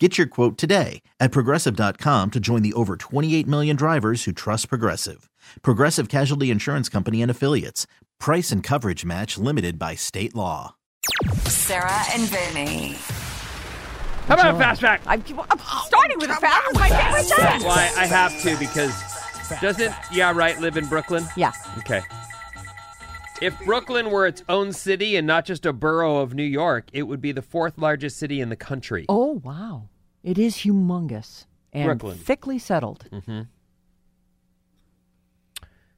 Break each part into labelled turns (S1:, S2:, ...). S1: Get your quote today at progressive.com to join the over 28 million drivers who trust Progressive. Progressive Casualty Insurance Company and Affiliates. Price and coverage match limited by state law.
S2: Sarah and Vinny.
S3: How about a fast fact?
S4: I'm, I'm starting with a fast. It's my favorite thing.
S3: Why I have to because doesn't yeah right live in Brooklyn?
S4: Yeah.
S3: Okay. If Brooklyn were its own city and not just a borough of New York, it would be the fourth largest city in the country.
S4: Oh wow, it is humongous and
S3: Brooklyn. Hmm.
S4: thickly settled.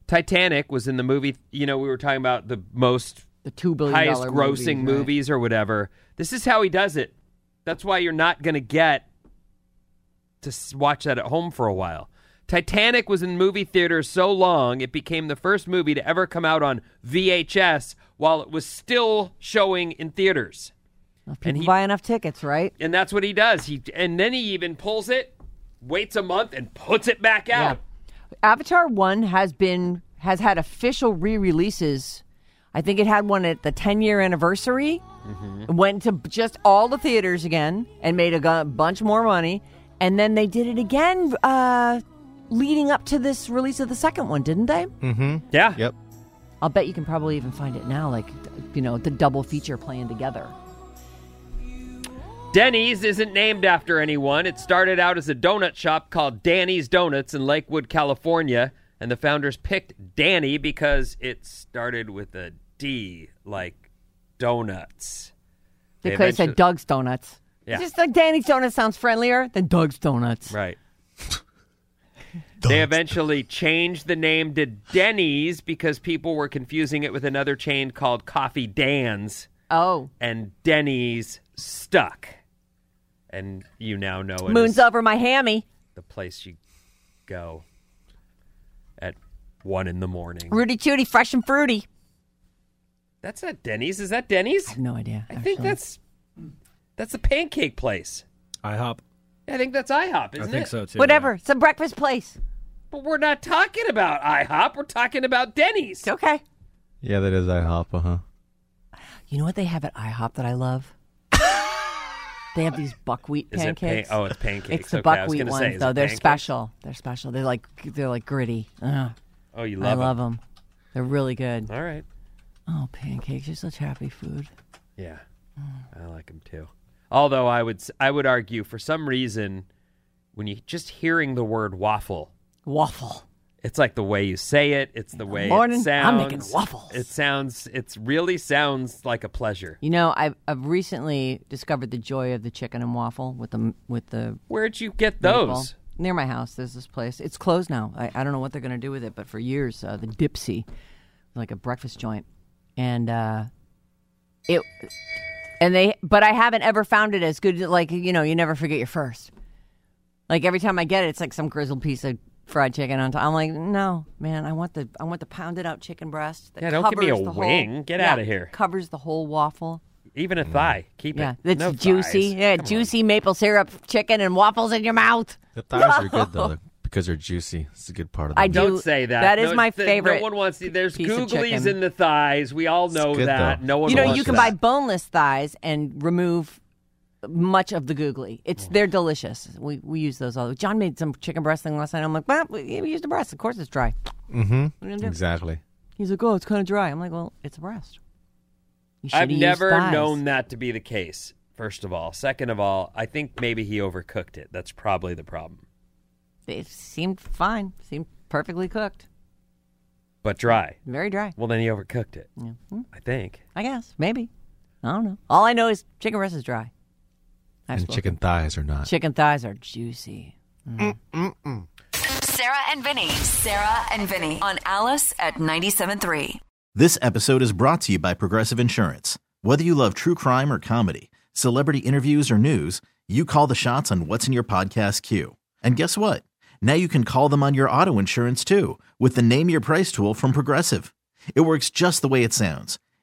S3: Titanic was in the movie. You know, we were talking about the most
S4: The two billion
S3: highest
S4: dollar
S3: grossing
S4: movie, right.
S3: movies or whatever. This is how he does it. That's why you're not going to get to s- watch that at home for a while. Titanic was in movie theaters so long, it became the first movie to ever come out on VHS while it was still showing in theaters.
S4: Enough People
S3: he-
S4: buy enough tickets, right?
S3: And that's what he does. He and then he even pulls it, waits a month and puts it back out.
S4: Avatar One has been has had official re-releases. I think it had one at the 10 year anniversary. It
S3: Mm-hmm.
S4: Went to just all the theaters again and made a gu- bunch more money, and then they did it again. Uh, Leading up to this release of the second one, didn't they?
S3: Yeah.
S5: Yep.
S4: I'll bet you can probably even find it now, like, you know, the double feature playing together.
S3: Denny's isn't named after anyone. It started out as a donut shop called Danny's Donuts in Lakewood, California, and the founders picked Danny because it started with a D, like donuts.
S4: They
S3: They
S4: could have said
S3: eventually-
S4: Doug's Donuts.
S3: Yeah.
S4: Just like Danny's Donuts sounds friendlier than Doug's Donuts.
S3: Right. They eventually changed the name to Denny's because people were confusing it with another chain called Coffee Dan's,
S4: Oh.
S3: and Denny's stuck. And you now know it. as-
S4: Moon's over my hammy.
S3: the place you go at one in the morning.
S4: Rudy Tooty, fresh and fruity.
S3: That's not Denny's. Is that Denny's?
S4: No idea.
S3: I think that's that's a pancake place.
S5: IHOP.
S3: I think that's IHOP, isn't
S5: I think
S3: it?
S5: so too.
S4: Whatever. It's a breakfast place.
S3: But we're not talking about IHOP. We're talking about Denny's.
S4: It's okay.
S5: Yeah, that is IHOP. Uh huh.
S4: You know what they have at IHOP that I love? they have these buckwheat
S3: Is it pan-
S4: pancakes.
S3: oh, it's pancakes.
S4: It's the
S3: okay, I was
S4: buckwheat
S3: gonna
S4: ones,
S3: say, is
S4: though.
S3: it
S4: They're
S3: pancakes?
S4: special. They're special. They're like they're like gritty. Ugh.
S3: Oh, you
S4: I
S3: love,
S4: love them. They're really good.
S3: All right.
S4: Oh, pancakes! You're such happy food.
S3: Yeah,
S4: Mm.
S3: I like them too. Although I would s- I would argue for some reason, when you just hearing the word waffle,
S4: Waffle.
S3: It's like the way you say it. It's the way it
S4: morning,
S3: sounds.
S4: I'm making waffles.
S3: It sounds. It's really sounds like a pleasure.
S4: You know, I've, I've recently discovered the joy of the chicken and waffle with the with the
S3: Where'd you get
S4: maple.
S3: those?
S4: near my house. There's this place. It's closed now. I, I don't know what they're going to do with it, but for years, uh, the Dipsy, like a breakfast joint, and uh, it and they. But I haven't ever found it as good. Like you know, you never forget your first. Like every time I get it, it's like some grizzled piece of fried chicken on top. I'm like, no, man, I want the I want the pounded out chicken breast. That
S3: Yeah, don't give me
S4: covers
S3: a
S4: the whole-
S3: wing. Get
S4: Yeah,
S3: outta here.
S4: Covers the whole waffle.
S3: Even a
S5: Mm.
S3: thigh. Keep
S4: Yeah,
S3: it.
S4: it's
S3: No
S4: juicy.
S3: thighs.
S4: Yeah, juicy maple syrup chicken and waffles in your mouth.
S5: The thighs are good though because they're juicy. It's a good part of the
S4: I
S5: meat.
S4: do-
S3: Don't say that.
S4: that is
S3: No,
S4: my
S3: th-
S4: favorite
S3: No one wants to. There's
S4: piece of
S3: googlies
S4: chicken.
S3: in the thighs. We all know
S5: good,
S3: that.
S5: though.
S3: No one.
S4: you know,
S3: wants
S4: you can buy
S3: that.
S4: boneless thighs and remove much of the googly.
S3: Mm.
S4: It's they're delicious. We we use those all. John made some chicken breast thing last night. I'm like, well, we we used a breast. Of course, it's dry. Mm-hmm.
S5: Exactly.
S4: He's like, oh, it's kind of dry. I'm like, well, it's a breast. You
S3: I've
S4: shoulda used
S3: never
S4: thighs.
S3: known that to be the case. First of all, second of all, I think maybe he overcooked it. That's probably the problem.
S4: It seemed fine. Seemed perfectly cooked.
S3: But dry.
S4: Very dry. Hmm.
S3: Well, then he overcooked it. I think.
S4: I guess maybe. I don't know. All I know is chicken breast is dry. I've
S5: And
S4: spoken.
S5: chicken thighs are not.
S4: Chicken thighs are juicy.
S2: Sarah and Vinny. Sarah and Vinny on Alice at 97.3.
S1: This episode is brought to you by Progressive Insurance. Whether you love true crime or comedy, celebrity interviews or news, you call the shots on what's in your podcast queue. And guess what? Now you can call them on your auto insurance too with the Name Your Price tool from Progressive. It works just the way it sounds.